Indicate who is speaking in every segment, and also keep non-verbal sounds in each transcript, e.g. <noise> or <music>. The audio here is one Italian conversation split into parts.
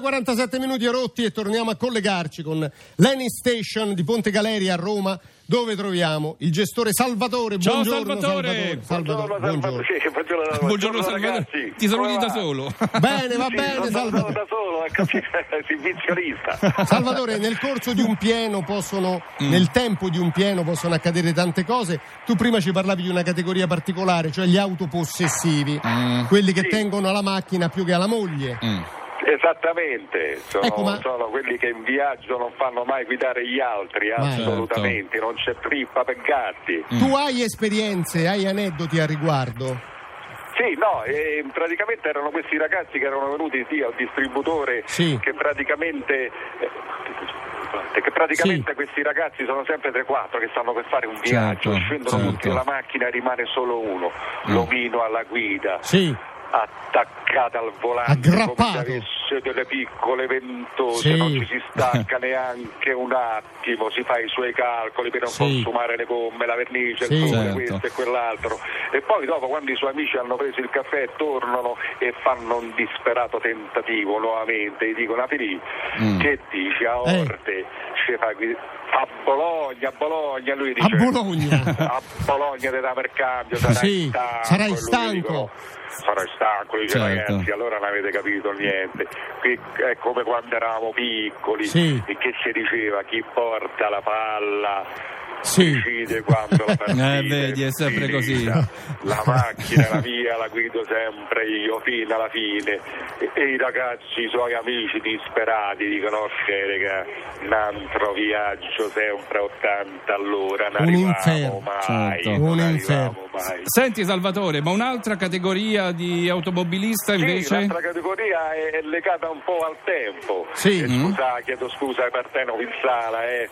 Speaker 1: 47 minuti rotti e torniamo a collegarci con l'Eni Station di Ponte Galeria a Roma dove troviamo il gestore Salvatore.
Speaker 2: Ciao,
Speaker 1: buongiorno
Speaker 2: Salvatore.
Speaker 1: Salvatore.
Speaker 3: Buongiorno, Salvatore. Sì, buongiorno, Salvatore.
Speaker 2: Buongiorno, Salvatore.
Speaker 3: ragazzi.
Speaker 2: Ti saluti
Speaker 3: Come
Speaker 2: da
Speaker 3: va? <laughs>
Speaker 2: solo.
Speaker 1: Bene, va
Speaker 3: Sì,
Speaker 1: bene
Speaker 3: sono
Speaker 1: Salvatore.
Speaker 3: da solo, ecco, <laughs> sì, servizionista.
Speaker 1: Salvatore, nel corso di un pieno possono, nel tempo di un pieno possono accadere tante cose. Tu prima ci parlavi di una categoria particolare, cioè gli autopossessivi,
Speaker 2: Mm.
Speaker 1: quelli che
Speaker 3: Sì.
Speaker 1: tengono alla macchina più che alla moglie.
Speaker 2: Mm.
Speaker 3: Esattamente, sono,
Speaker 1: Ecco, ma-
Speaker 3: sono quelli che in viaggio non fanno mai guidare gli altri,
Speaker 1: Ma-
Speaker 3: assolutamente, non c'è trippa per gatti.
Speaker 1: Tu hai esperienze, hai aneddoti a riguardo?
Speaker 3: Sì, no, eh, praticamente erano questi ragazzi che erano venuti sì, al distributore
Speaker 1: Sì.
Speaker 3: che praticamente... eh, che praticamente
Speaker 1: Sì.
Speaker 3: questi ragazzi sono sempre 3-4 che stanno per fare un viaggio,
Speaker 2: Certo,
Speaker 3: scendono
Speaker 2: certo.
Speaker 3: tutti dalla macchina e rimane solo uno, l'omino alla guida.
Speaker 1: Sì.
Speaker 3: attaccata al volante
Speaker 1: Aggrappato.
Speaker 3: come se avesse delle piccole ventose,
Speaker 1: Sì.
Speaker 3: non ci si
Speaker 1: <laughs>
Speaker 3: stacca neanche un attimo, si fa i suoi calcoli per non
Speaker 1: Sì.
Speaker 3: consumare le gomme, la vernice,
Speaker 1: Sì.
Speaker 3: il sole,
Speaker 2: Certo.
Speaker 3: questo e quell'altro. E poi dopo quando i suoi amici hanno preso il caffè tornano e fanno un disperato tentativo nuovamente, gli dicono a Filì,
Speaker 2: Mm.
Speaker 3: che dici a
Speaker 1: Eh.
Speaker 3: Orte, ci fa guid- a Bologna, a Bologna, lui dice
Speaker 1: A Bologna.
Speaker 3: <laughs> a Bologna te dà per cambio, sarai
Speaker 1: Sì,
Speaker 3: stanco.
Speaker 1: sarai
Speaker 3: e lui
Speaker 1: stanco.
Speaker 3: dicono, sarai stanco, dice
Speaker 2: Certo.
Speaker 3: ragazzi, allora non avete capito niente. Qui è come quando eravamo piccoli
Speaker 1: Sì.
Speaker 3: e che si diceva chi porta la palla
Speaker 1: Sì.
Speaker 3: decide quando
Speaker 1: <laughs>
Speaker 3: la partita
Speaker 2: Eh, vedi, è sempre così.
Speaker 3: finita. La macchina, la mia, la guido sempre io fino alla fine. E, e i ragazzi, i suoi amici disperati dicono, "Oh, che un altro viaggio sempre a 80 all'ora,
Speaker 1: Un
Speaker 3: non arriviamo
Speaker 1: inferno,
Speaker 3: mai,
Speaker 2: certo.
Speaker 1: Un
Speaker 3: non arriviamo
Speaker 1: inferno.
Speaker 3: mai.
Speaker 2: Senti Salvatore, ma un'altra categoria di automobilista
Speaker 3: Sì,
Speaker 2: invece?
Speaker 3: l'altra categoria è, è legata un po' al tempo.
Speaker 1: Sì.
Speaker 3: Eh, scusa, chiedo scusa ai partenovi in sala, eh.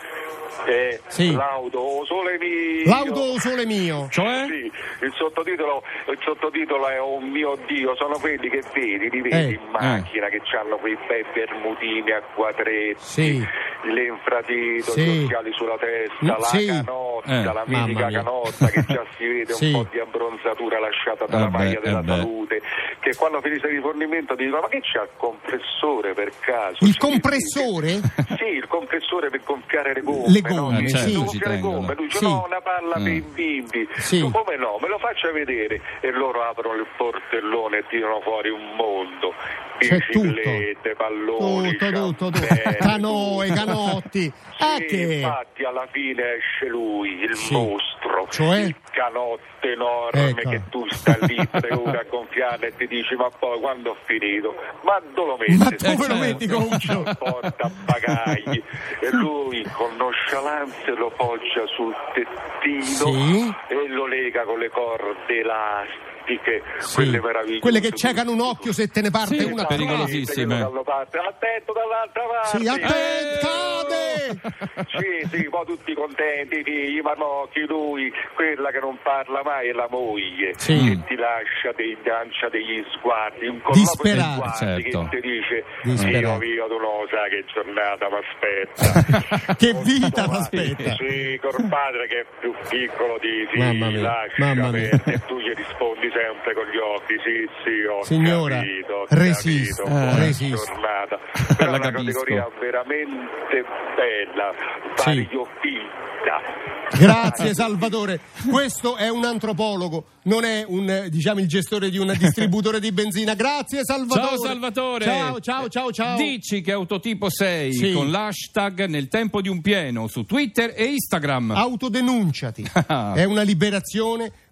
Speaker 3: Eh,
Speaker 1: Sì.
Speaker 3: L'auto o sole mio.
Speaker 1: L'auto sole mio.
Speaker 2: Cioè?
Speaker 3: Sì, il sottotitolo, il sottotitolo è Oh mio Dio, sono quelli che vedi, li vedi
Speaker 1: Eh,
Speaker 3: in macchina che hanno quei bei bermutini a quadretti,
Speaker 1: Sì.
Speaker 3: l'infradito,
Speaker 1: Sì.
Speaker 3: gli occhiali sulla testa,
Speaker 1: Mm,
Speaker 3: la
Speaker 1: sì.
Speaker 3: canotta,
Speaker 2: Eh,
Speaker 3: la
Speaker 1: mamma
Speaker 3: mitica
Speaker 1: mia.
Speaker 3: canotta che già si
Speaker 1: <laughs>
Speaker 3: vede
Speaker 1: Sì.
Speaker 3: un po' di abbronzatura lasciata dalla
Speaker 2: Eh beh,
Speaker 3: maglia della
Speaker 2: eh beh.
Speaker 3: salute, che quando finisce il rifornimento ti dicono ma che c'è il compressore per caso?
Speaker 1: Il
Speaker 3: Ci dici che-"
Speaker 1: compressore? <laughs>
Speaker 3: Sì, il compressore per gonfiare le gomme.
Speaker 1: Le
Speaker 3: no?
Speaker 1: gomme,
Speaker 3: Dici,
Speaker 1: sì.
Speaker 3: "Devo
Speaker 2: Ci
Speaker 3: gonfiare le
Speaker 2: tengono.
Speaker 3: gomme. Lui dice
Speaker 1: Sì.
Speaker 3: no, una palla per
Speaker 2: Mm.
Speaker 3: i bimbi.
Speaker 1: Sì.
Speaker 3: Tu come no? Me lo faccia vedere. E loro aprono il portellone e tirano fuori un mondo.
Speaker 1: C'è
Speaker 3: Biciclette, palloni,
Speaker 1: Tutto, tutto, tutto.
Speaker 3: ciambelle,
Speaker 1: Canoe,
Speaker 3: tutto. <laughs>
Speaker 1: canotti.
Speaker 3: Sì,
Speaker 1: Ah che...
Speaker 3: infatti alla fine esce lui, il
Speaker 1: Sì.
Speaker 3: mostro,
Speaker 1: Cioè?
Speaker 3: il canotto enorme
Speaker 1: Ecco.
Speaker 3: che tu stai
Speaker 1: <laughs>
Speaker 3: lì tre ore a gonfiare e ti dici ma poi quando ho finito? Ma dove lo metti? Cioè,
Speaker 1: Ma dove
Speaker 2: Eh,
Speaker 1: lo
Speaker 2: certo.
Speaker 1: metti gonfio?
Speaker 3: porta bagagli e lui con nonchalance lo poggia sul tettino
Speaker 1: Sì.
Speaker 3: e lo lega con le corde elastiche,
Speaker 1: Sì.
Speaker 3: quelle meravigliose.
Speaker 1: Quelle che cecano un occhio se te ne parte
Speaker 2: Sì,
Speaker 1: una.
Speaker 2: pericolosissime.
Speaker 3: Attento dall'altra parte.
Speaker 1: Sì,
Speaker 2: Eh.
Speaker 1: attento!
Speaker 3: <laughs> Sì, sì, poi tutti contenti, i figli, i marmocchi, lui, quella che non parla mai è la moglie,
Speaker 1: Sì.
Speaker 3: che ti lascia, ti lancia degli sguardi, un colloquio
Speaker 1: Disperata.
Speaker 3: di sguardi
Speaker 2: Certo.
Speaker 3: che ti dice,
Speaker 1: Disperata.
Speaker 3: Dio mio, tu non lo sai che giornata mi aspetta.
Speaker 1: Che
Speaker 3: Con
Speaker 1: vita
Speaker 3: tua-
Speaker 1: t'aspetta.
Speaker 3: Sì, col padre che è più piccolo di sì,
Speaker 1: Mamma mia,
Speaker 3: lasciami,
Speaker 1: mamma mia.
Speaker 3: e tu gli rispondi sempre con gli occhi, sì, sì, ho
Speaker 1: Signora,
Speaker 3: capito, ho
Speaker 1: resista, eh.
Speaker 3: capito, buona
Speaker 1: resista.
Speaker 3: giornata.
Speaker 1: <laughs>
Speaker 3: Però
Speaker 2: La
Speaker 3: è una
Speaker 2: capisco.
Speaker 3: categoria veramente bella,
Speaker 1: Sì.
Speaker 3: variopinta.
Speaker 1: Grazie Salvatore, questo è un antropologo, non è un, eh, diciamo, il gestore
Speaker 3: <laughs>
Speaker 1: di un distributore di benzina. Grazie Salvatore.
Speaker 2: Ciao Salvatore!
Speaker 1: Ciao, ciao, ciao, ciao.
Speaker 2: Dici che autotipo sei
Speaker 1: Sì.
Speaker 2: con l'hashtag nel tempo di un pieno su Twitter e Instagram.
Speaker 1: Autodenunciati.
Speaker 2: Ah.
Speaker 1: È una liberazione